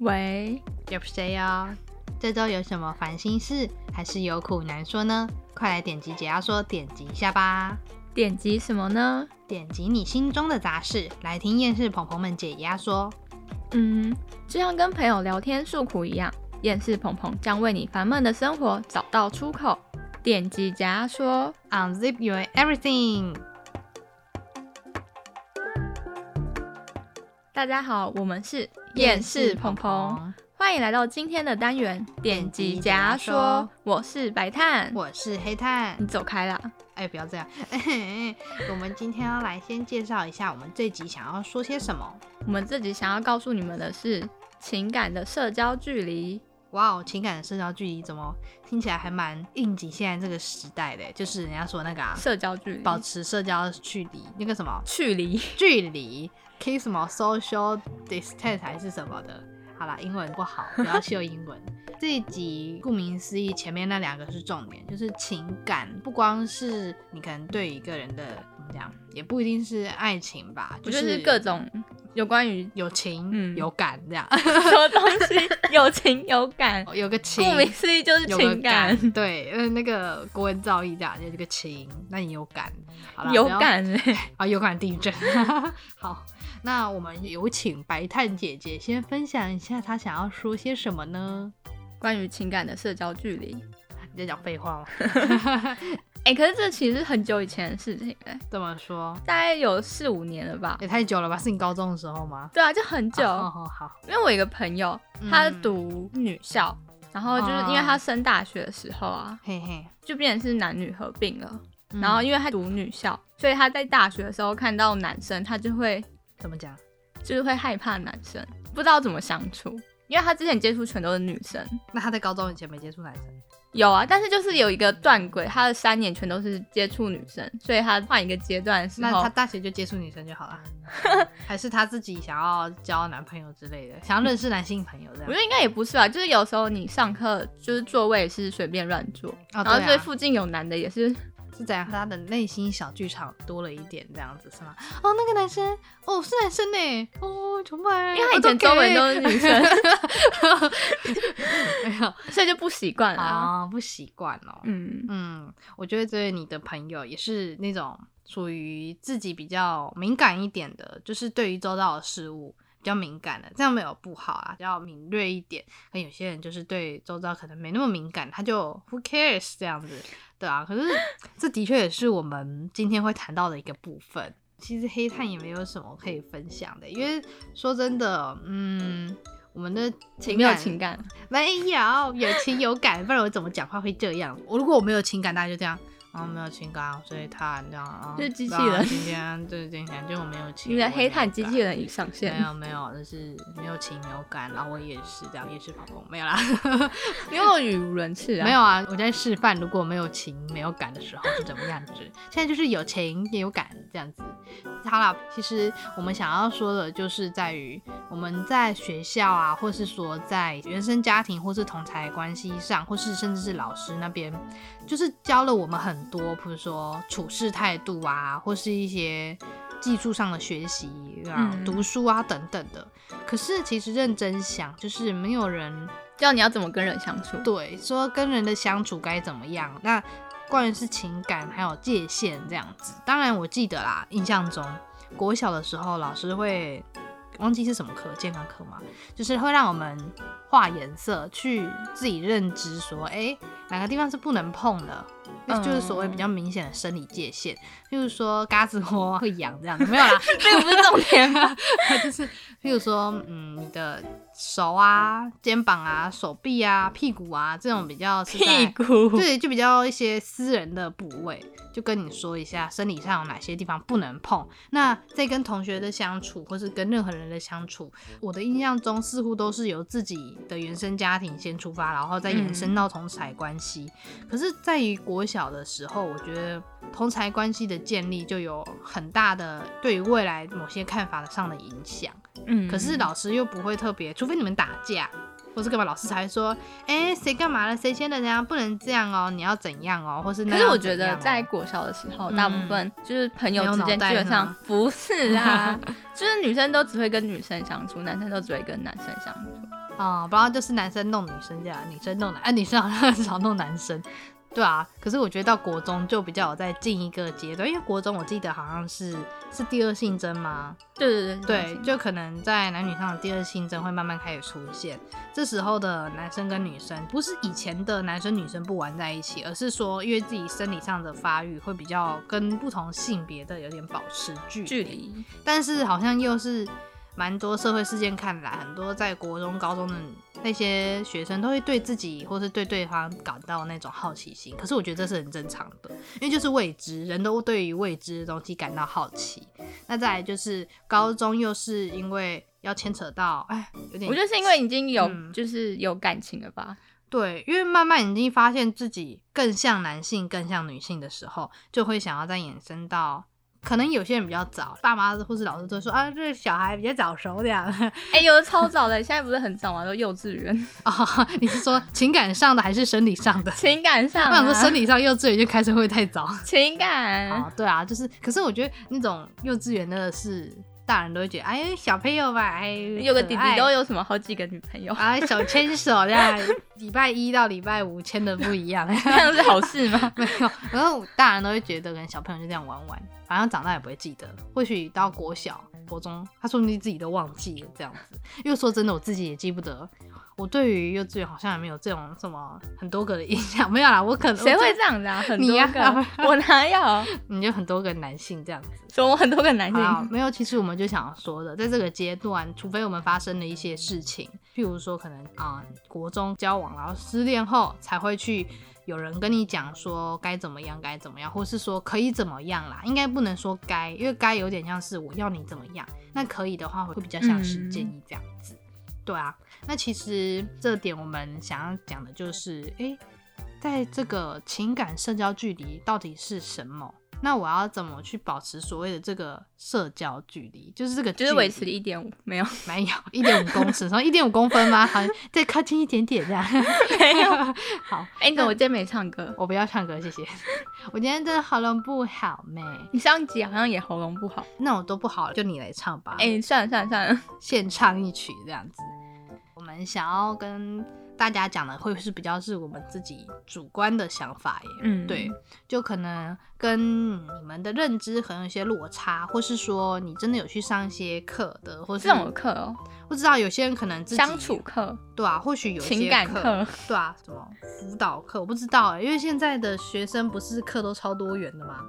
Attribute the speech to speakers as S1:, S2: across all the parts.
S1: 喂，有谁呀？这周有什么烦心事，还是有苦难说呢？快来点击解压说，点击一下吧！
S2: 点击什么呢？
S1: 点击你心中的杂事，来听厌世朋朋们解压说。
S2: 嗯，就像跟朋友聊天诉苦一样，厌世鹏鹏将为你烦闷的生活找到出口。点击解压说，
S1: Unzip your everything。
S2: 大家好，我们是厌世鹏鹏，，欢迎来到今天的单元。点击解压说，我是白炭，
S1: 我是黑炭
S2: 你。走开啦。
S1: 哎，不要这样。 我们今天要来先介绍一下我们这集想要说些什么。
S2: 我们自己想要告诉你们的是，情感的社交距离。
S1: 哇哦，情感的社交距离怎么听起来还蛮应景现在这个时代的，就是人家说那个啊，
S2: 社交距离，
S1: 保持社交距离，那个什么
S2: 距离，
S1: 距离，k 什么 social distance 还是什么的。好啦，英文不好，不要秀英 文。这一集顾名思义，前面那两个是重点，就是情感，不光是你可能对一个人的怎么讲，也不一定是爱情吧，
S2: 我
S1: 就
S2: 就是是各种有关于
S1: 有情、
S2: 嗯
S1: 有感 这样，
S2: 什么东西有情有感，
S1: 有个情
S2: 顾。名思义就是
S1: 有个
S2: 情感，
S1: 对，嗯，那个国文造诣这样，有这个情，那你有感，好啦
S2: 有
S1: 不要
S2: 感哎、
S1: 啊，有感地震。 好，那我们有请白炭姐姐先分享一下她想要说些什么呢？
S2: 关于情感的社交距离，
S1: 你在讲废话吗？
S2: 哎、可是这其实是很久以前的事情哎、
S1: 这么说
S2: 大概有四五年了吧。
S1: 也太久了吧？是你高中的时候吗？
S2: 对啊，就很久，
S1: 哦哦好，
S2: 因为我有一个朋友，
S1: 嗯
S2: 他读女校，然后就是因为他升大学的时候啊，
S1: 嘿嘿。
S2: 就变成是男女合并了。
S1: 嗯
S2: 然后因为他读女校，所以他在大学的时候看到男生，他就会
S1: 怎么讲？
S2: 就是会害怕男生，不知道怎么相处，因为他之前接触全都是女生。
S1: 那她在高中以前没接触男生，
S2: 有啊，但是就是有一个断轨，他的三年全都是接触女生，所以他换一个阶段的时
S1: 那她
S2: 候，
S1: 大学就接触女生就好 了，还是她自己想要交男朋友之类的，想要认识男性朋友这
S2: 我觉
S1: 样？
S2: 得应该也不是吧，就是有时候你上课就是座位也是随便乱坐，
S1: 哦
S2: 然后
S1: 对啊
S2: 所以附近有男的也是，
S1: 是怎样？她的内心小剧场多了一点这样子是吗？哦，那个男生，哦是男生呢，哦崇拜，
S2: 因为他以前周围都是女生，
S1: 没有
S2: 所以就不习惯了啊。
S1: 啊，不习惯 哦。
S2: 嗯，
S1: 嗯，我觉得对你的朋友也是那种属于自己比较敏感一点的，就是对于周遭的事物比较敏感的，这样没有不好啊，比较敏锐一点。可有些人就是对周遭可能没那么敏感，他就 who cares 这样子，对啊。可 是这的确也是我们今天会谈到的一个部分。其实黑炭也没有什么可以分享的，因为说真的，嗯，我们的情
S2: 没有
S1: 感
S2: 情感，
S1: 没有，有情有感，不然我怎么讲话会这样？我如果我没有情感，大家就这样，啊、没有情感，所以他这样啊，
S2: 就是机器人
S1: 啊今天对今天就我没有情，
S2: 你的黑
S1: 我没有
S2: 炭
S1: 感
S2: 机器人已上线
S1: 没，有没有，就是没有情没有感，然后我也是这样，也是跑跑没有啦，
S2: 因为我语无伦次啊。
S1: 没有啊，我在示范，如果没有情没有感的时候是怎么样 子，现在就是有情也有感这样子。好啦，其实我们想要说的就是在于我们在学校啊，或是说在原生家庭，或是同才关系上，或是甚至是老师那边，就是教了我们很多，比如说处事态度啊，或是一些技术上的学习啊、
S2: 嗯
S1: 读书啊等等的。可是其实认真想，就是没有人
S2: 教你要怎么跟人相处。
S1: 对，说跟人的相处该怎么样？那关于是情感还有界限这样子。当然我记得啦，印象中国小的时候老师会忘记是什么课，健康课嘛，就是会让我们画颜色去自己认知说，诶，哪个地方是不能碰的。那就是所谓比较明显的生理界限，譬如说嘎子窝会痒这样子，没有啦，
S2: 这个不是重点吗？
S1: 就是譬如说，嗯，你的手啊、肩膀啊、手臂啊、屁股啊这种比较是在
S2: 屁股。
S1: 对，就比较一些私人的部位，就跟你说一下生理上有哪些地方不能碰。那在跟同学的相处，或是跟任何人的相处，我的印象中似乎都是由自己的原生家庭先出发，然后再延伸到同才关系。可是，在于国小的时候，我觉得同才关系的建立就有很大的对于未来某些看法上的影响。
S2: 嗯
S1: 可是老师又不会特别，除非你们打架或是干嘛，老师才会说，哎、谁干嘛了，谁先的，怎样不能这样哦，你要怎样哦，或是那
S2: 可
S1: 样
S2: 是我
S1: 怎
S2: 觉
S1: 样
S2: 得
S1: 哦
S2: 在国小的时候，
S1: 嗯
S2: 大部分就是朋友之间
S1: 没有脑袋
S2: 基本上
S1: 吗
S2: 不是啊，就是女生都只会跟女生相处，男生都只会跟男生相处。
S1: 嗯，不然就是男生弄女生这样，女生弄男，哎、女生好像 很少弄男生，对啊。可是我觉得到国中就比较有再进一个阶段，因为国中我记得好像是是第二性征吗？
S2: 对对对
S1: 对，就可能在男女上的第二性征会慢慢开始出现。这时候的男生跟女生，不是以前的男生女生不玩在一起，而是说因为自己生理上的发育会比较跟不同性别的有点保持距
S2: 距离，
S1: 但是好像又是蛮多社会事件看来，很多在国中、高中的那些学生都会对自己或是对对方感到那种好奇心。可是我觉得这是很正常的，因为就是未知，人都对于未知的东西感到好奇。那再来就是高中，又是因为要牵扯到，哎，有点
S2: 我觉得是因为已经有、
S1: 嗯
S2: 就是有感情了吧？
S1: 对，因为慢慢已经发现自己更像男性、更像女性的时候，就会想要再衍生到。可能有些人比较早，爸妈或是老师都会说啊，这小孩比较早熟这样。
S2: 哎、有的超早的，现在不是很早嘛，都幼稚园，
S1: 哦，你是说情感上的还是生理上的？
S2: 情感上、
S1: 我想
S2: 啊
S1: 说，生理上幼稚园就开始会 太早。
S2: 情感
S1: 哦，对啊，就是，可是我觉得那种幼稚园的是大人都会觉得，哎，小朋友吧，哎，
S2: 有个弟
S1: 可爱
S2: 弟都有什么好几个女朋友，
S1: 啊，手牵手这样， 礼拜一到礼拜五牵的不一 样，
S2: 这样是好事吗？
S1: 没有。 然后大人都会觉得跟小朋友就这样玩玩，反正长大也不会记得，或许到国小、国中，他说不定自己都忘记了这样子。因为说真的，我自己也记不得。我对于幼稚园好像也没有这种什么很多个的印象， 没有啦，我可能
S2: 谁会这样子啊？很多
S1: 你
S2: 个，
S1: 呀
S2: 我哪有？
S1: 你就很多个男性这样子。
S2: 说我很多个男
S1: 好 啦
S2: 性，
S1: 没有，其实我们就想说的，在这个阶段，除非我们发生了一些事情，譬如说可能啊、国中交往，然后失恋后才会去有人跟你讲说该怎么样，该怎么样，或是说可以怎么样啦，应该不能说该，因为该有点像是我要你怎么样，那可以的话会比较像是建议这样子。对啊，那其实这点我们想要讲的就是，诶、在这个情感社交距离到底是什么？那我要怎么去保持所谓的这个社交距离？就是这个
S2: 就是
S1: 距
S2: 维持
S1: 离
S2: 一点五，没有，
S1: 没有一点五公尺，然后一点五公分吗？好，再靠近一点点这样。
S2: 没有。
S1: 好，
S2: 哎、你怎么今天没唱歌？
S1: 我不要唱歌，谢谢。 我今天真的喉咙不好妹，
S2: 你上集好像也喉咙不好。
S1: 那我都不好了，就你来唱吧。
S2: 哎、算了算了算了，
S1: 献唱一曲这样子。我们想要跟大家讲的，会是比较是我们自己主观的想法耶。
S2: 嗯
S1: 对，就可能跟你们的认知可能有一些落差，或是说你真的有去上一些课的，或是
S2: 这种课哦，
S1: 不知道有些人可能自己
S2: 相处课、
S1: 对啊，或许有一些
S2: 情感
S1: 课
S2: 课，
S1: 对啊，什么辅导课，我不知道哎、因为现在的学生不是课都超多元的吗？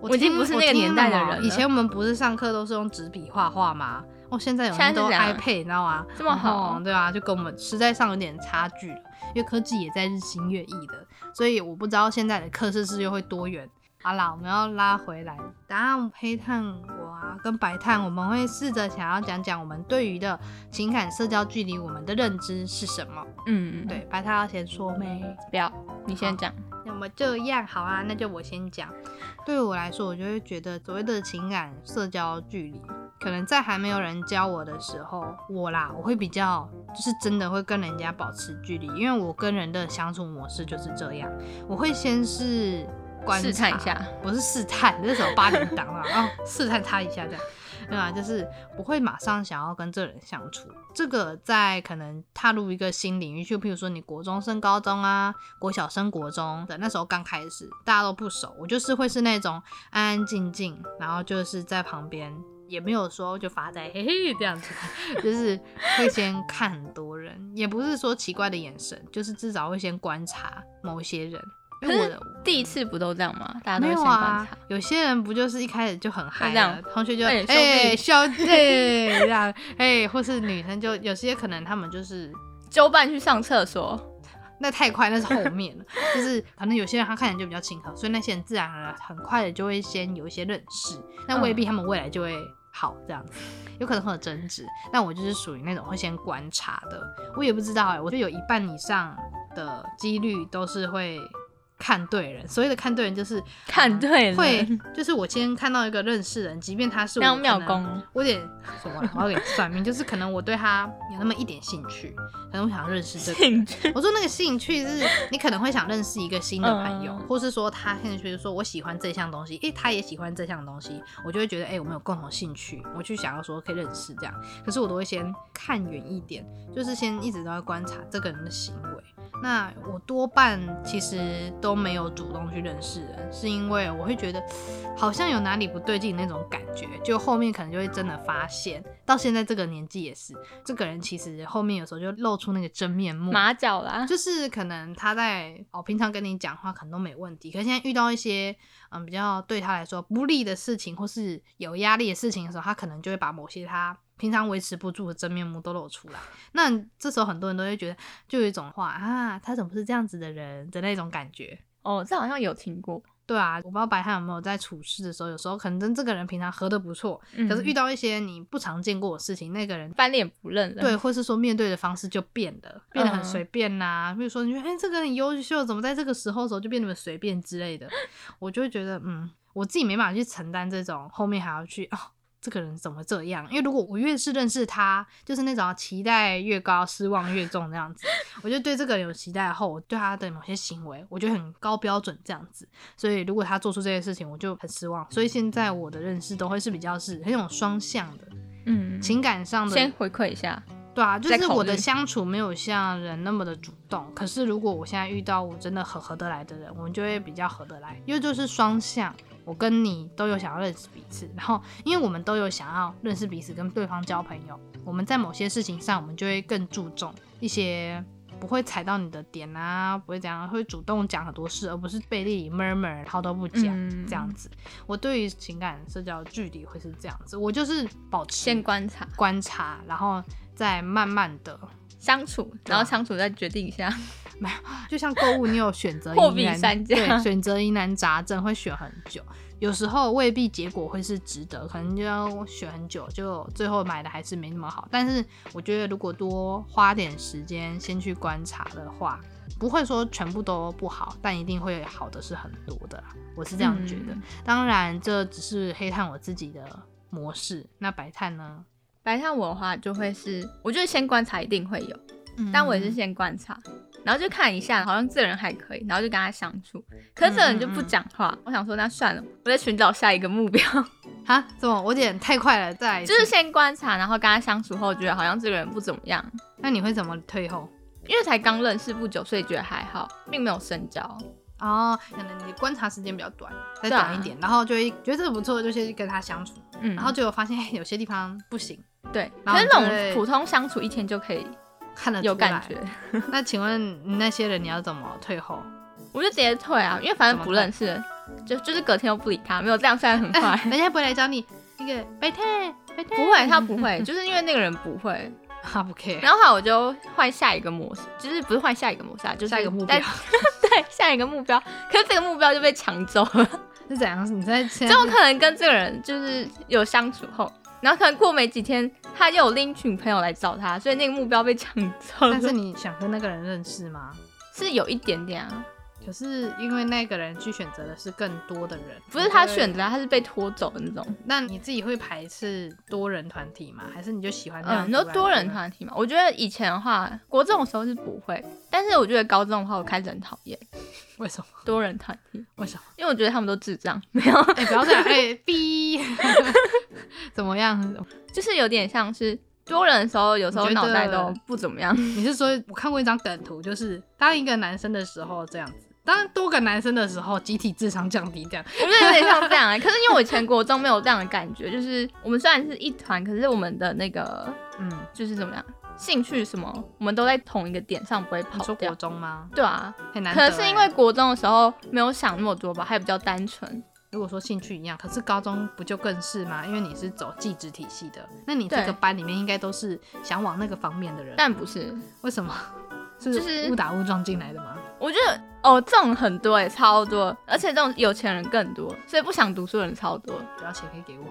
S1: 我
S2: 我已经
S1: 听
S2: 不是
S1: 我
S2: 那个
S1: 听
S2: 年代的
S1: 了
S2: 人了
S1: 以前我们不是上课都是用纸笔画画吗？哦，现在有
S2: 现在
S1: 人
S2: 是
S1: 都
S2: 这样
S1: iPad，你知道吗？
S2: 这么好嗯哦
S1: 然后对啊，就跟我们时代上有点差距了，因为科技也在日新月异的，所以我不知道现在的课是不是又会多元。好啦，我们要拉回来。答案黑炭我啊，跟白炭，我们会试着想要讲讲我们对于的情感社交距离，我们的认知是什么。
S2: 嗯，，
S1: 对，白炭要先说没？
S2: 不要，你先讲。
S1: 那么这样好啊，那就我先讲。对我来说，我就会觉得所谓的情感社交距离，可能在还没有人教我的时候，我啦，我会比较就是真的会跟人家保持距离，因为我跟人的相处模式就是这样，我会先是观察
S2: 试探一下，
S1: 我是试探，那时候八零档啊， 哦，试探他一下这样。对啊，就是不会马上想要跟这人相处。这个在可能踏入一个新领域，就譬如说你国中升高中啊，国小升国中的那时候刚开始，大家都不熟，我就是会是那种安安静静，然后就是在旁边也没有说就发呆嘿嘿这样子， 就是会先看很多人，也不是说奇怪的眼神，就是至少会先观察某些人。因为我的
S2: 第一次不都这样吗？大家都
S1: 没
S2: 会
S1: 有
S2: 先
S1: 啊
S2: 观察。，
S1: 有些人不就是一开始就很嗨
S2: 这样
S1: 了，同学就
S2: 哎兄弟
S1: 哎兄弟这样，哎，或是女生就有些可能他们就是
S2: 周办去上厕所，
S1: 那太快，那是 后面了，就是可能有些人他看起来就比较亲和，所以那些人自然而然很快的就会先有一些认识，那
S2: 嗯
S1: 未必他们未来就会好这样子。有可能会有争执，但我就是属于那种会先观察的，我也不知道哎、我觉得有一半以上的几率都是会看对人。所谓的看对人就是
S2: 看对
S1: 呃
S2: 了，
S1: 会，就是我今天看到一个认识人，即便他是我
S2: 当
S1: 可
S2: 妙
S1: 能
S2: 工，
S1: 我有点什么啦，我要给你算命，就是可能我对他有那么一点兴趣，可能我想认识这个
S2: 兴
S1: 人。
S2: 趣
S1: 我说那个兴趣是，你可能会想认识一个新的朋友，
S2: 嗯
S1: 或是说他兴趣是说我喜欢这项东西，诶、他也喜欢这项东西，我就会觉得诶、我们有共同兴趣，我去想要说可以认识这样。可是我都会先看远一点，就是先一直都在观察这个人的行为。那我多半其实都没有主动去认识人，是因为我会觉得好像有哪里不对劲那种感觉，就后面可能就会真的发现。到现在这个年纪也是，这个人其实后面有时候就露出那个真面目，
S2: 马脚啦，
S1: 就是可能他在哦平常跟你讲话可能都没问题，可是现在遇到一些嗯比较对他来说不利的事情，或是有压力的事情的时候，他可能就会把某些他平常维持不住的真面目都露出来。那这时候很多人都会觉得，就有一种话啊，他怎么是这样子的人的那种感觉。
S2: 哦，这好像有听过，
S1: 对啊，我不知道白汉有没有在处事的时候，有时候可能跟这个人平常合的不错，
S2: 嗯
S1: 可是遇到一些你不常见过的事情，那个人
S2: 翻脸不认人，
S1: 对，，或是说面对的方式就变了，变得很
S2: 嗯
S1: 随便呐、比如说，你觉得哎、这个人优秀，怎么在这个时候的时候就变得很随便之类的，我就会觉得，嗯，我自己没办法去承担这种后面还要去哦。这个人怎么这样？因为如果我越是认识他，就是那种期待越高、失望越重那样子，我就对这个人有期待后，我对他的某些行为，我就很高标准这样子。所以如果他做出这些事情，我就很失望。所以现在我的认识都会是比较是很有双向的，
S2: 嗯，
S1: 情感上的
S2: 先回馈一下，
S1: 对啊，就
S2: 再
S1: 是
S2: 考
S1: 我的
S2: 虑
S1: 相处没有像人那么的主动。可是如果我现在遇到我真的很合得来的人，我们就会比较合得来，因为就是双向，我跟你都有想要认识彼此，然后因为我们都有想要认识彼此，跟对方交朋友，我们在某些事情上，我们就会更注重一些。不会踩到你的点啊，不会怎样，会主动讲很多事，而不是背地里 murmur，然后都不讲、
S2: 嗯
S1: 这样子。我对于情感社交的距离会是这样子，我就是保持
S2: 先观察
S1: 观察，然后再慢慢的，
S2: 相处，
S1: 啊
S2: 然后相处再决定一下，
S1: 就像购物，你有选择
S2: 货
S1: 疑
S2: 比
S1: 难，
S2: 三家
S1: 对，选择疑难杂症会选很久，有时候未必结果会是值得，可能就要选很久，就最后买的还是没那么好。但是我觉得如果多花点时间先去观察的话，不会说全部都不好，但一定会好的是很多的啦，我是这样觉得。
S2: 嗯
S1: 当然，这只是黑炭我自己的模式，那白炭呢？
S2: 白像我的话就会是，我觉得先观察一定会有，但我也是先观察，然后就看一下，好像这人还可以，然后就跟他相处。可是这人就不讲话，我想说那算了，我在寻找下一个目标，
S1: 啊，怎么我有点太快了？再来一次
S2: 就是先观察，然后跟他相处后，觉得好像这个人不怎么样，
S1: 那你会怎么退后？
S2: 因为才刚认识不久，所以觉得还好，并没有深交。
S1: 哦，可能你观察时间比较短，再
S2: 对啊
S1: 短一点，然后就会觉得这个不错，就先去跟他相处，
S2: 嗯，
S1: 然后结果发现嘿哎有些地方不行，
S2: 对，
S1: 然
S2: 可
S1: 后
S2: 是那
S1: 就会
S2: 种普通相处一天就可以
S1: 看得出来
S2: 有感觉。，
S1: 那请问你那些人你要怎么 退后？
S2: 我就直接退啊，因为反
S1: 怎
S2: 正
S1: 么
S2: 不认识，就就是隔天又不理他，没有这样算 很坏。
S1: 人家不会来找你那个白太白太，
S2: 不会，他不会，就是因为那个人不会，
S1: 他啊不 care。
S2: 然后后来我就换下一个模式，就是不是换下一个模式啊，就是
S1: 下一个目标
S2: 在 对，下一个目标。可是这个目标就被抢走 了，
S1: 是怎样？你在现
S2: 就
S1: 在
S2: 我可能跟这个人就是有相处后，然后可能过没几天，他又有另一群朋友来找他，所以那个目标被抢走了
S1: 但。是你想跟那个人认识吗？
S2: 是有一点点啊，
S1: 可是因为那个人去选择的是更多的人，
S2: 不是他
S1: 你就会
S2: 选。择啊，他是被拖走的那种。
S1: 那你自己会排斥多人团体吗？还是你就喜欢那
S2: 嗯，
S1: 样子
S2: 你
S1: 玩？
S2: 说多人团体嘛，我觉得以前的话，国中的时候是不会，但是我觉得高中的话，我开始很讨厌
S1: 为什么？
S2: 多人团体，
S1: 为什么？
S2: 因为我觉得他们都智障，没有。
S1: 哎、不要这样，哎、逼， 怎么样？
S2: 就是有点像是多人的时候，有时候
S1: 你觉
S2: 脑
S1: 得
S2: 袋都不怎么样。
S1: 你是说我看过一张梗图，就是当一个男生的时候这样子，当多个男生的时候，集体智商降低这样。
S2: 我觉得有点像这样、欸。可是因为我以前国中没有这样的感觉，就是我们虽然是一团，可是我们的那个
S1: 嗯，
S2: 就是怎么样，兴趣什么，我们都在同一个点上，不会
S1: 你
S2: 跑
S1: 说国
S2: 掉。
S1: 中吗？
S2: 对啊，
S1: 很难、
S2: 可
S1: 欸。
S2: 能是因为国中的时候没有想那么多吧，还比较单纯。
S1: 如果说兴趣一样，可是高中不就更是吗？因为你是走技职体系的，那你这
S2: 对
S1: 个班里面应该都是想往那个方面的人，
S2: 但不是，
S1: 为什么？ 是
S2: 就是
S1: 误打误撞进来的吗？
S2: 我觉得哦，这种很多哎、超多，而且这种有钱人更多，所以不想读书的人超多。
S1: 不要钱可以给我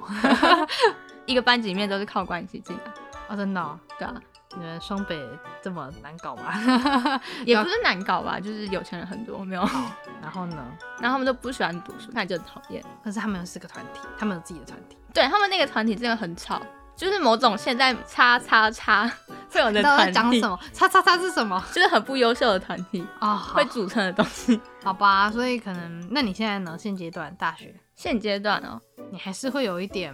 S2: 一个班级里面都是靠关系进来，
S1: 哦，真的哦、
S2: 对啊。
S1: 你们双北这么难搞吗？
S2: 也不是难搞吧，就是有钱人很多，没有，
S1: 然后呢？
S2: 然后他们都不喜欢读书，那就很讨厌。
S1: 可是他们是个团体，他们有自己的团体。
S2: 对他们那个团体真的很吵，就是某种现在叉叉叉 会有
S1: 你
S2: 的
S1: 知道
S2: 团
S1: 在
S2: 体，
S1: 讲什么？ 叉叉叉是什么？
S2: 就是很不优秀的团体
S1: 哦，好
S2: 会组成的东西。
S1: 好吧，所以可能那你现在呢？现阶段大学，
S2: 现阶段哦，
S1: 你还是会有一点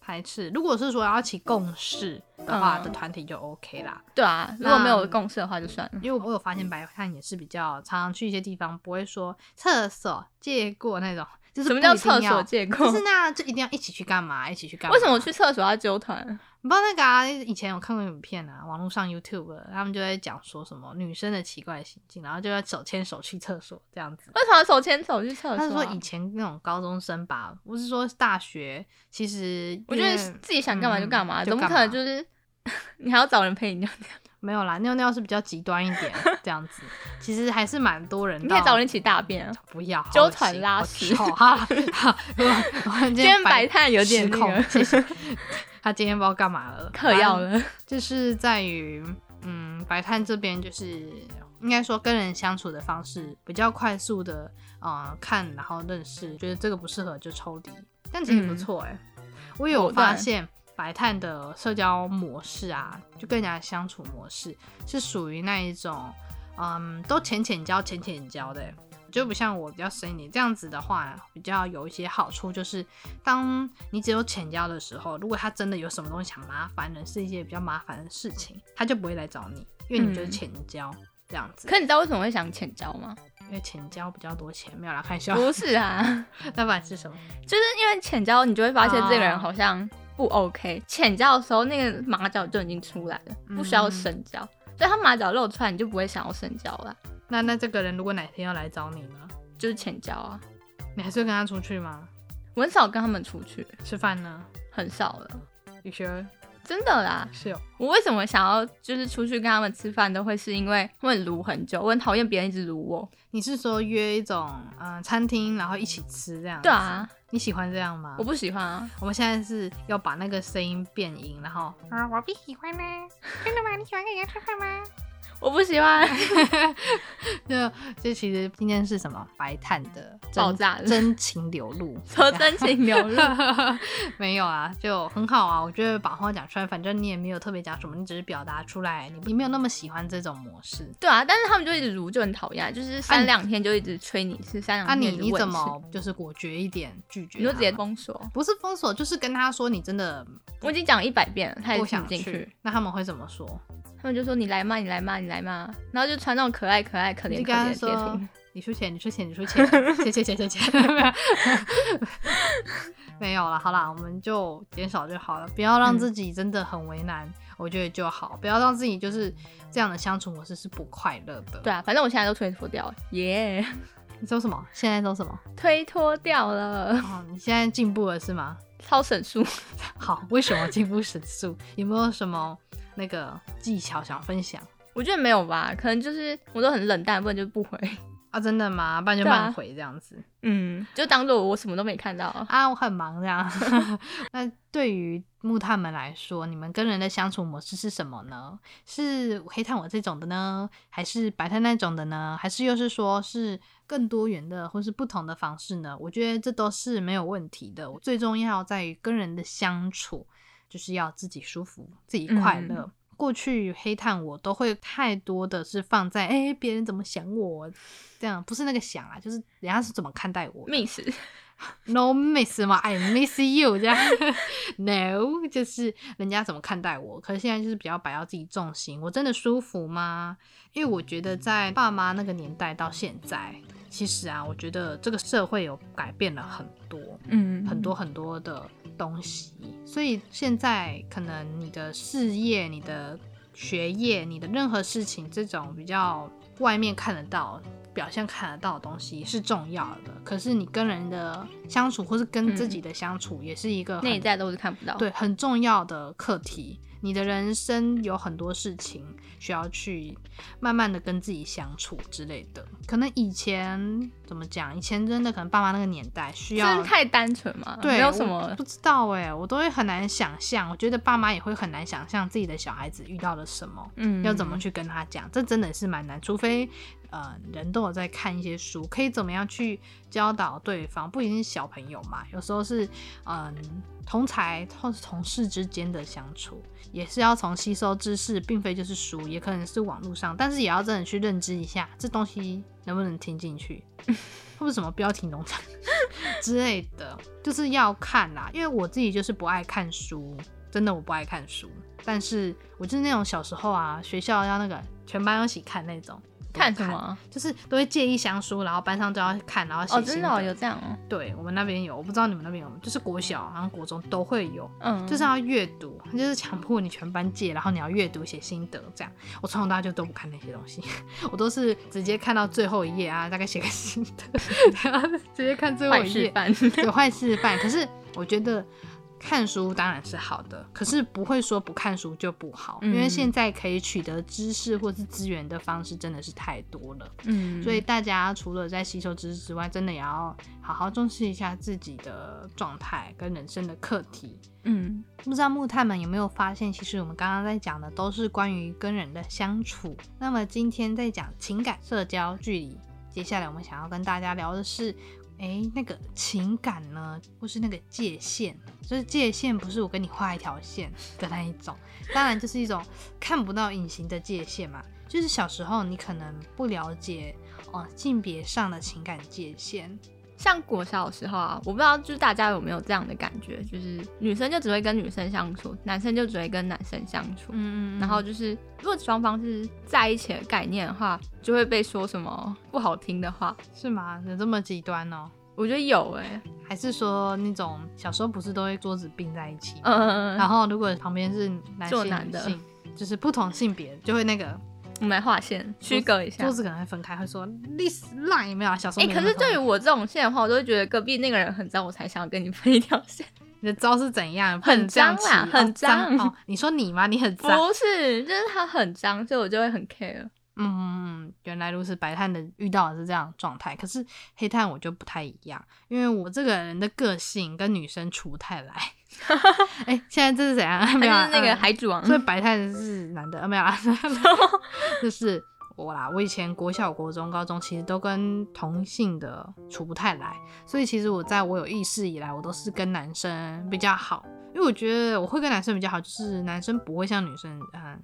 S1: 排斥。如果是说要起共识的话，
S2: 嗯
S1: 的团体就 OK 啦。
S2: 对啊，如果没有共识的话就算了。
S1: 因为我有发现白汉也是比较常常去一些地方，不会说厕所借过那种，就是
S2: 什么
S1: 不
S2: 叫
S1: 一定
S2: 厕
S1: 要
S2: 所借过？
S1: 就是那就一定要一起去干嘛？一起去干嘛？
S2: 为什么去厕所要纠团？
S1: 你不知道那个啊？以前有看过影片啊，网络上 YouTube，的他们就在讲说什么女生的奇怪行径，然后就要手牵手去厕所这样子。
S2: 为什么要手牵手去厕所啊、
S1: 他是说以前那种高中生吧，不是说大学，其实
S2: 我觉得
S1: 因为
S2: 自己想干嘛就干嘛，
S1: 嗯
S2: 怎么可能就是 你还要找人陪你尿尿？
S1: 没有啦？尿尿是比较极端一点这样子，其实还是蛮多 人
S2: 你
S1: 到。
S2: 可以找人一起大便啊。
S1: 不要
S2: 纠团拉屎
S1: 好恶心好 臭哈！哈我我
S2: 今
S1: 今
S2: 天
S1: 天
S2: 白炭有点
S1: 失
S2: 那
S1: 控，
S2: 个
S1: 谢谢。 他今天不知道干嘛了，
S2: 嗑药了，
S1: 就是在于，嗯，白炭这边就是应该说跟人相处的方式比较快速的，呃，看然后认识，觉得这个不适合就抽离，但其实不错哎、我有
S2: 嗯果断
S1: 发现白炭的社交模式啊，就跟人家的相处模式是属于那一种，嗯，都浅浅交、浅浅交的欸、就不像我比较深一点，这样子的话比较有一些好处，就是当你只有浅交的时候，如果他真的有什么东西想麻烦人，是一些比较麻烦的事情，他就不会来找你，因为你们就是浅交、这样
S2: 嗯
S1: 子。
S2: 可你知道为什么会想浅交 吗？
S1: 因为浅交比较多钱，没有啦，开玩笑。
S2: 不是啊，
S1: 那不然是什么？
S2: 就是因为浅交，你就会发现这个
S1: 哦
S2: 人好像不 OK。浅交的时候，那个马脚就已经出来了，
S1: 嗯
S2: 不需要深交。所以他马脚露出来，你就不会想要深交了，
S1: 那那这个人如果哪天要来找你呢，
S2: 就是浅交啊。
S1: 你还是会跟他出去吗？
S2: 我很少跟他们出去，
S1: 吃饭呢？
S2: 很少了，
S1: 有些
S2: 真的啦。
S1: 是哦有
S2: 我为什么想要就是出去跟他们吃饭，都会是因为他们撸很久，我很讨厌别人一直撸我。
S1: 你是说约一种嗯、呃餐厅，然后一起吃这样？
S2: 对，啊，
S1: 你喜欢这样吗？
S2: 我不喜欢啊。
S1: 我们现在是要把那个声音变音，然后
S3: 啊，我不喜欢呢、真的吗？你喜欢跟人家吃饭吗？
S2: 我不喜 欢
S1: 这这其实今天是什么白炭的真
S2: 爆炸的
S1: 真情流 露，
S2: 说真情流露，
S1: 没有啊，就很好啊。我觉得把话讲出来，反正你也没有特别讲什么，你只是表达出来，你你没有那么喜欢这种模式。
S2: 对啊，但是他们就一直撸，就很讨厌啊，就是
S1: 啊
S2: 三
S1: 你
S2: 两天就一直催你吃，三
S1: 啊
S2: 两
S1: 你，
S2: 天
S1: 你
S2: 一直问
S1: 怎
S2: 吃
S1: 么就是果决一点拒绝？
S2: 你就直接。封锁？
S1: 不是封锁，就是跟他说你真的
S2: 我已经讲一百遍了，他也
S1: 不
S2: 听
S1: 想
S2: 不进
S1: 去，那他们会怎么说？
S2: 他们就说你来嘛，你来嘛，你来嘛，然后就传那种可爱可爱可
S1: 你
S2: 怜
S1: 就
S2: 可
S1: 跟
S2: 怜
S1: 他
S2: 的贴
S1: 说
S2: 图。
S1: 你出钱，你出钱，你出钱，谢谢谢谢谢 谢，没有没有了，好啦，我们就减少就好了，不要让
S2: 嗯
S1: 自己真的很为难，我觉得就好，不要让自己就是这样的相处模式是不快乐的。
S2: 对，啊，反正我现在都推脱掉了，耶、
S1: 你说什么？现在说什么？
S2: 推脱掉了，
S1: 哦，你现在进步了是吗？
S2: 超神速。
S1: 好，为什么进步神速？有没有什么那个技巧想分享
S2: 我觉得没有吧，可能就是我都很冷淡，不然就不回。
S1: 啊？真的吗？不然就
S2: 对啊
S1: 慢回这样子。
S2: 嗯，就当做我什么都没看到。
S1: 啊，我很忙这样。 那对于木炭们来说，你们跟人的相处模式是什么呢？是黑炭我这种的呢，还是白炭那种的呢？还是又是说是更多元的，或是不同的方式呢？我觉得这都是没有问题的。最重要在于跟人的相处，就是要自己舒服，自己快乐。过去黑炭我都会太多的是放在哎别、人怎么想我这样，不是那个想啊，就是人家是怎么看待我的。
S2: miss，
S1: No miss 嘛，I miss you 这样，No 就是人家怎么看待我。可是现在就是比较摆到自己重心，我真的舒服吗？因为我觉得在爸妈那个年代到现在，其实啊，我觉得这个社会有改变了很多。
S2: 嗯
S1: 很多很多的东西，所以现在可能你的事业、你的学业、你的任何事情，这种比较外面看得到，表象看得到的东西是重要的，可是你跟人的相处，或是跟自己的相处，也是一个很
S2: 内嗯在都是看不到。，
S1: 对很重要的课题。你的人生有很多事情需要去慢慢的跟自己相处之类的。可能以前怎么讲？以前真的可能爸妈那个年代
S2: 真
S1: 需要
S2: 的太单纯嘛，
S1: 对，
S2: 没有
S1: 我
S2: 什么
S1: 不知道哎、我都会很难想象。我觉得爸妈也会很难想象自己的小孩子遇到了什么，
S2: 嗯
S1: 要怎么去跟他讲，这真的是蛮难。除非呃，人都有在看一些书，可以怎么样去教导对方，不一定是小朋友嘛，有时候是嗯、同才或是同事之间的相处，也是要从吸收知识，并非就是书，也可能是网络上，但是也要真的去认知一下这东西能不能听进去。 或者什么标题农场之类的，就是要看啦。因为我自己就是不爱看书，真的我不爱看书，但是我就是那种小时候啊，学校要那个全班要一起看那种。
S2: 看什？么？
S1: 就是都会借一箱书，然后班上都要看，然后写
S2: 哦，真的哦
S1: 心得
S2: 有这样哦，
S1: 对我们那边有，我不知道你们那边有，没有，就是国小好像国中都会有，
S2: 嗯，
S1: 就是要阅读，就是强迫你全班借，然后你要阅读写心得这样。我从小到大就都不看那些东西， 我都是直接看到最后一页啊，大概写个心得， 然后直接看最后
S2: 坏
S1: 一
S2: 示
S1: 页，
S2: 范。
S1: 有坏示范。可是我觉得看书当然是好的，可是不会说不看书就不好，因为
S2: 嗯
S1: 现在可以取得知识或是资源的方式真的是太多了。
S2: 嗯，
S1: 所以大家除了在吸收知识之外，真的也要好好重视一下自己的状态跟人生的课题。
S2: 嗯，
S1: 不知道木炭们有没有发现，其实我们刚刚在讲的都是关于跟人的相处。那么今天在讲情感、社交、距离，接下来我们想要跟大家聊的是，诶，那个情感呢，或是那个界限，就是界限不是我跟你画一条线的那一种，当然就是一种看不到隐形的界限嘛。就是小时候你可能不了解哦性别上的情感界限，
S2: 像国小的时候啊，我不知道就是大家有没有这样的感觉，就是女生就只会跟女生相处，男生就只会跟男生相处。
S1: 嗯
S2: 然后就是，如果双方是在一起的概念的话，就会被说什么不好听的话。
S1: 是吗？有这么极端哦？
S2: 我觉得有哎、
S1: 还是说那种小时候不是都会桌子并在一起，
S2: 嗯、
S1: 然后如果旁边是男性、
S2: 做男的
S1: 女性，就是不同性别，就会那个
S2: 我们来划线区隔一下
S1: 桌。子可能会分开，会说 this line 有没有啊？小时候
S2: 哎、
S1: 没有
S2: 可
S1: 那么
S2: 是
S1: 多
S2: 对于我这种线的话，我都会觉得隔壁那个人很脏，我才想要跟你分一条线。
S1: 你的招是怎样？
S2: 很
S1: 不能这样
S2: 脏啦
S1: 骑
S2: 很
S1: 哦脏
S2: 脏
S1: 哦。你说你吗？你很
S2: 不
S1: 脏。哦
S2: 是，就是他很脏，所以我就会很 care。
S1: 嗯，原来如此。白炭的遇到的是这样的状态，可是黑炭我就不太一样，因为我这个人的个性跟女生处不太来。 哎、现在这是怎样？
S2: 他
S1: 没有啊
S2: 就是那个
S1: 嗯
S2: 海主王，
S1: 所以白太是男的，呃，没有 啦，就是我啦。我以前国小、国中、高中其实都跟同性的处不太来，所以其实我在我有意识以来，我都是跟男生比较好，因为我觉得我会跟男生比较好，就是男生不会像女生，嗯，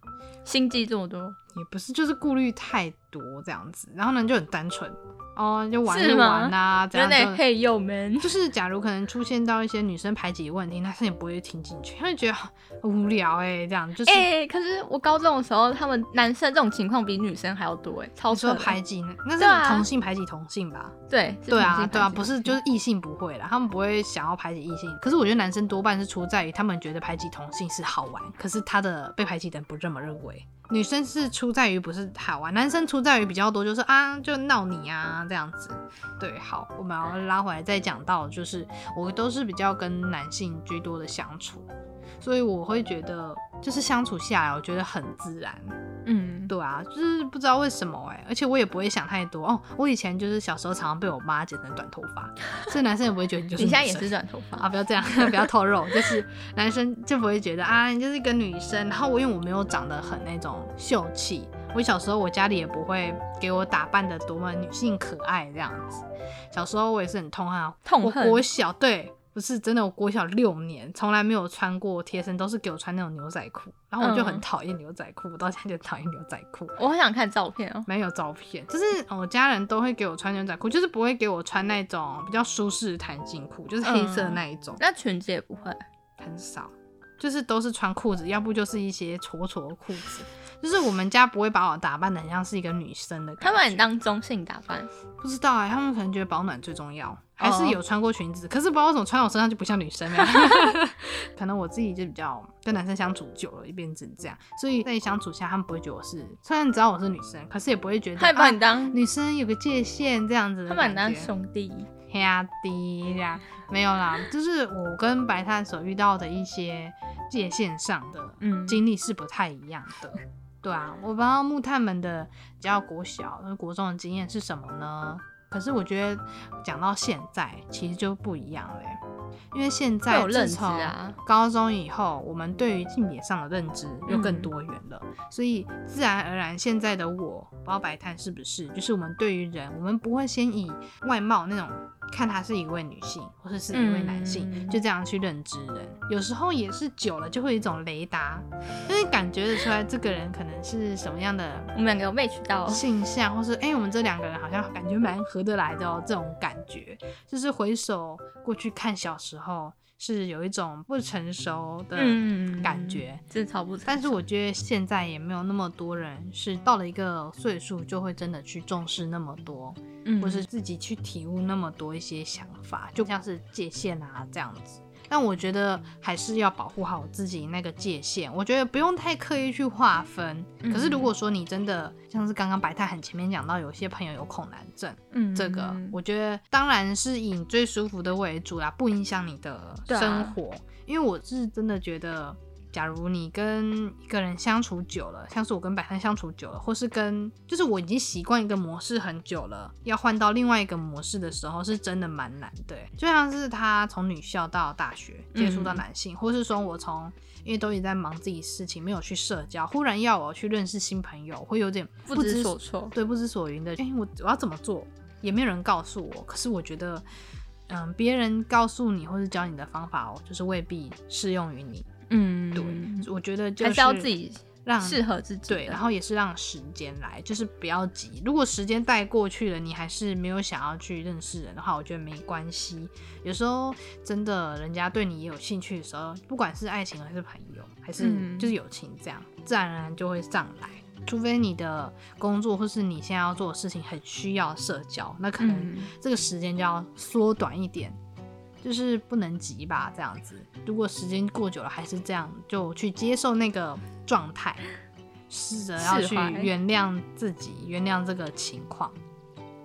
S2: 心机这么多，
S1: 也不是就是顾虑太多这样子。然后呢，就很单纯哦，就玩
S2: 是
S1: 就
S2: 吗
S1: 玩啊，怎
S2: 真
S1: 样
S2: 的
S1: 就。
S2: 嘿友们。
S1: 就是假如可能出现到一些女生排挤的问题，男生也不会听进去，他就觉得啊很无聊哎、这样就是、
S2: 哎、可是我高中的时候，他们男生这种情况比女生还要多哎、超
S1: 你
S2: 扯
S1: 说
S2: 的。
S1: 排挤那
S2: 对
S1: 那是
S2: 啊
S1: 同性排挤同性吧？
S2: 对是
S1: 对
S2: 同
S1: 啊，
S2: 性
S1: 对
S2: 排
S1: 啊，
S2: 挤嗯
S1: 不是就是异性不会啦，他们不会想要排挤异性。可是我觉得男生多半是出在于他们觉得排挤同性是好玩，可是他的被排挤的人不这么认为。女生是出在于不是好玩，男生出在于比较多就是啊就闹你啊这样子。对，好，我们要拉回来再讲到，就是我都是比较跟男性居多的相处，所以我会觉得就是相处下来，我觉得很自然。
S2: 嗯，
S1: 对啊，就是不知道为什么哎、而且我也不会想太多哦。我以前就是小时候常常被我妈剪成短头发， 所以男生也不会觉得你就
S2: 你
S1: 是
S2: 现在
S1: 女
S2: 也
S1: 生
S2: 是短头发
S1: 啊，不要这样， 不要透露，就是男生就不会觉得啊，你就是一个女生。然后我因为我没有长得很那种秀气，我小时候我家里也不会给我打扮的多么女性可爱这样子。小时候我也是很痛恨啊，
S2: 痛
S1: 我
S2: 恨
S1: 国小对，不是真的，我国小六年从来没有穿过贴身，都是给我穿那种牛仔裤，然后我就很
S2: 嗯
S1: 讨厌牛仔裤，我到现在就讨厌牛仔裤。
S2: 我很想看照片哦。
S1: 没有照片，就是呃我家人都会给我穿牛仔裤，就是不会给我穿那种比较舒适的弹性裤，就是黑色的那一种，
S2: 那裙子也不会，
S1: 很少，就是都是穿裤子，要不就是一些挫挫的裤子。就是我们家不会把我打扮的很像是一个女生的感
S2: 他
S1: 觉，
S2: 们很当中性打扮，
S1: 欸
S2: 哦
S1: 不知道哎、他们可能觉得保暖最重要，还是有穿过裙子，可是不知道为什么穿我身上就不像女生 了。可能我自己就比较跟男生相处久了，也变成这样，所以在相处下，他们不会觉得我是，虽然知道我是女生，可是也不会觉得
S2: 他也把
S1: 啊
S2: 你当，
S1: 女生有个界限这样子的
S2: 他把你
S1: 感
S2: 当
S1: 觉
S2: 兄弟。
S1: 黑啊滴这样，没有啦，就是我跟白炭所遇到的一些界限上的
S2: 嗯
S1: 经历是不太一样的。对啊，我不知道木炭们的比较国小、国中的经验是什么呢？可是我觉得讲到现在，其实就不一样了耶，因为现
S2: 会
S1: 在
S2: 有认
S1: 自
S2: 知
S1: 从
S2: 啊
S1: 高中以后，我们对于性别上的认知又更多元了，所以自然而然，现在的我，不知道白炭是不是，就是我们对于人，我们不会先以外貌那种看她是一位女性或者是一位男性，
S2: 嗯
S1: 就这样去认知人。有时候也是久了，就会有一种雷达，就是感觉得出来这个人可能是什么样的
S2: 我们两个有 match 到，
S1: 性向，或是哎、诶我们这两个人好像感觉蛮合得来的哦，这种感觉，就是回首过去看小时候，是有一种不成熟的
S2: 嗯
S1: 感觉。
S2: 真的超不成熟。
S1: 但是我觉得现在也没有那么多人是到了一个岁数就会真的去重视那么多，
S2: 嗯
S1: 或是自己去体悟那么多一些想法，就像是界限啊这样子。但我觉得还是要保护好自己那个界限，我觉得不用太刻意去划分。
S2: 嗯
S1: 可是如果说你真的像是刚刚白太很前面讲到，有些朋友有恐男症，
S2: 嗯
S1: 这个我觉得当然是以你最舒服的为主啦，不影响你的
S2: 对啊
S1: 生活。因为我是真的觉得，假如你跟一个人相处久了，像是我跟百川相处久了，或是跟就是我已经习惯一个模式很久了，要换到另外一个模式的时候，是真的蛮难的欸。就像是他从女校到大学接触到
S2: 嗯
S1: 男性，或是说我从因为都一直在忙自己事情，没有去社交，忽然要我去认识新朋友，会有点
S2: 不知所措。
S1: 对不知所云的，哎、我我要怎么做，也没有人告诉我。可是我觉得，嗯，别人告诉你或是教你的方法哦，就是未必适用于你。
S2: 嗯，
S1: 对，我觉得就
S2: 还是要自己
S1: 让
S2: 适合自己的。
S1: 对，然后也是让时间来，就是不要急。如果时间带过去了，你还是没有想要去认识人的话，我觉得没关系。有时候真的人家对你也有兴趣的时候，不管是爱情还是朋友，还是
S2: 嗯
S1: 就是友情，这样、自然而然就会上来。除非你的工作或是你现在要做的事情很需要社交，那可能
S2: 嗯
S1: 这个时间就要缩短一点，就是不能急吧，这样子。如果时间过久了还是这样，就去接受那个状态，试着要
S2: 释
S1: 去
S2: 怀
S1: 原谅自己，原谅这个情况。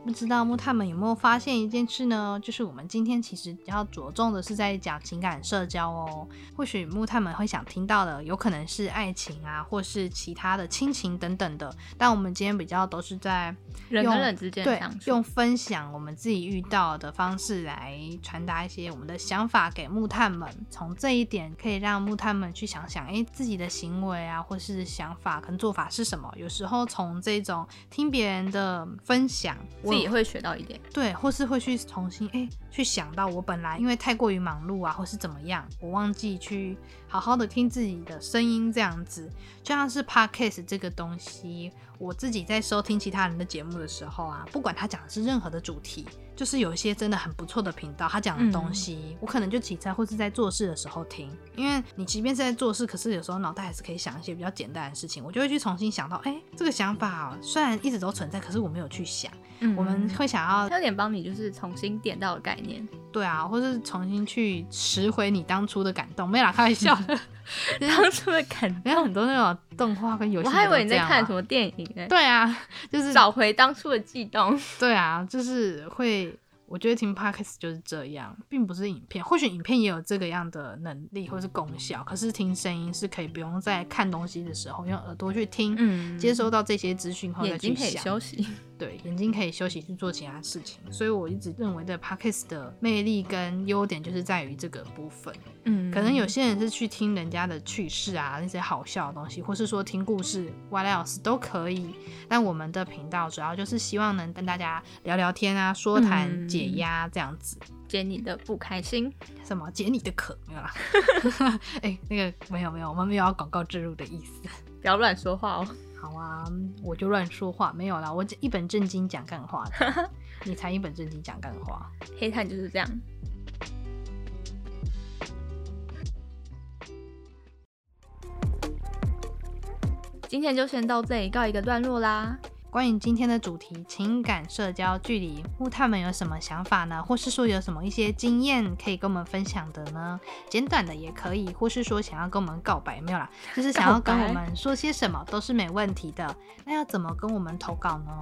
S1: 不知道木炭们有没有发现一件事呢？就是我们今天其实比较着重的是在讲情感社交哦。或许木炭们会想听到的，有可能是爱情啊，或是其他的亲情等等的。但我们今天比较都是在
S2: 人
S1: 用
S2: 跟人之间
S1: 对
S2: 相，处
S1: 用，分享我们自己遇到的方式来传达一些我们的想法给木炭们。从这一点可以让木炭们去想想，诶，自己的行为啊，或是想法跟做法是什么。有时候从这种听别人的分享，
S2: 自
S1: 我
S2: 己也会学到一点。
S1: 对，或是会去重新诶去想到我本来因为太过于忙碌啊，或是怎么样，我忘记去好好的听自己的声音这样子。就像是 podcast 这个东西，我自己在收听其他人的节目的时候啊，不管他讲的是任何的主题，就是有一些真的很不错的频道，他讲的东西，我可能就骑车或是在做事的时候听，因为你即便是在做事，可是有时候脑袋还是可以想一些比较简单的事情，我就会去重新想到，哎、这个想法虽然一直都存在，可是我没有去想，
S2: 嗯
S1: 我们会想要
S2: 它有点帮你就是重新点到的概 念，
S1: 对啊，或是重新去拾回你当初的感动，没啦，开玩笑 的。
S2: 当初的感
S1: 没有很多那种动画跟游戏，
S2: 我还以为你在看什么
S1: 么。
S2: 电影呢、
S1: 啊对啊，就是
S2: 找回当初的悸动。
S1: 对啊，就是会，我觉得听 podcast 就是这样，并不是影片。或许影片也有这个样的能力或是功
S2: 嗯
S1: 效，可是听声音是可以不用在看东西的时候用耳朵去听，
S2: 嗯
S1: 接收到这些资讯后再
S2: 眼
S1: 去
S2: 睛可以
S1: 想。
S2: 休 息。
S1: 对，眼睛可以休息去做其他事情，所以我一直认为的 podcast 的魅力跟优点就是在于这个部分。
S2: 嗯
S1: 可能有些人是去听人家的趣事啊，那些好笑的东西，或是说听故事，what else 都可以。但我们的频道主要就是希望能跟大家聊聊天啊，说谈
S2: 嗯
S1: 解压这样子。
S2: 解你的不开心，
S1: 什么解你的渴没有啦？ 哎、那个没有没有，我们没有要广告植入的意思。
S2: 不要乱说话哦。
S1: 好啊，我就乱说话，没有啦，我一本正经讲干话的 你才一本正经讲干话。
S2: 黑炭就是这样。今天就先到这里告一个段落啦。
S1: 关于今天的主题情感社交距离，木炭们有什么想法呢？或是说有什么一些经验可以跟我们分享的呢？简短的也可以，或是说想要跟我们告白没有啦，就是想要跟我们说些什么都是没问题的。那要怎么跟我们投稿呢？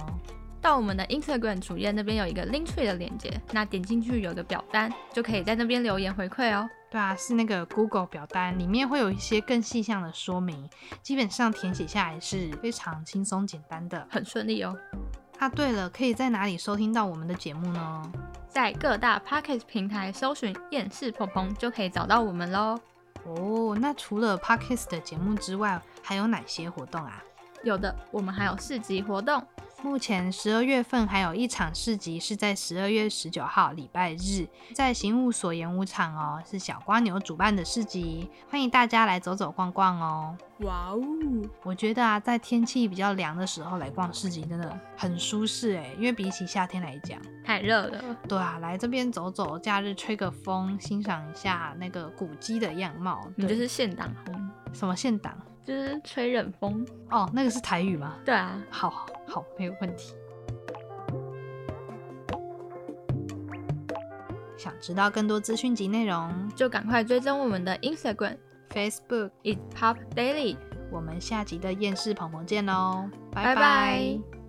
S2: 到我们的 Instagram 主页那边有一个 Linktree 的链接，那点进去有个表单，就可以在那边留言回馈哦。
S1: 对啊，是那个 Google 表单，里面会有一些更细项的说明，基本上填写下来是非常轻松简单的。
S2: 很顺利哦，
S1: 啊，对了，可以在哪里收听到我们的节目呢？
S2: 在各大 p o c k e t 平台搜寻“厌世鹏鹏”就可以找到我们喽。
S1: 哦，那除了 Podcast 的节目之外，还有哪些活动啊？
S2: 有的，我们还有市集活动，
S1: 目前十二月份还有一场市集是在十二月十九号礼拜日，在行务所演武场哦，是小瓜牛主办的市集，欢迎大家来走走逛逛哦。
S2: 哇哦，
S1: 我觉得啊，在天气比较凉的时候来逛市集真的很舒适诶，因为比起夏天来讲，
S2: 太热了，
S1: 对啊，来这边走走，假日吹个风，欣赏一下那个古迹的样貌，
S2: 你就
S1: 对
S2: 是现挡红，
S1: 什么县党
S2: 就是吹冷风。
S1: 哦，那个是台语吗？
S2: 对啊，
S1: 好好，没有问题。想知道更多资讯及内容
S2: 就赶快追踪我们的 Instagram
S1: ，Facebook，
S2: is pop daily。
S1: 我们下集的厌世鹏鹏见喽，
S2: 拜
S1: 拜
S2: 拜
S1: 拜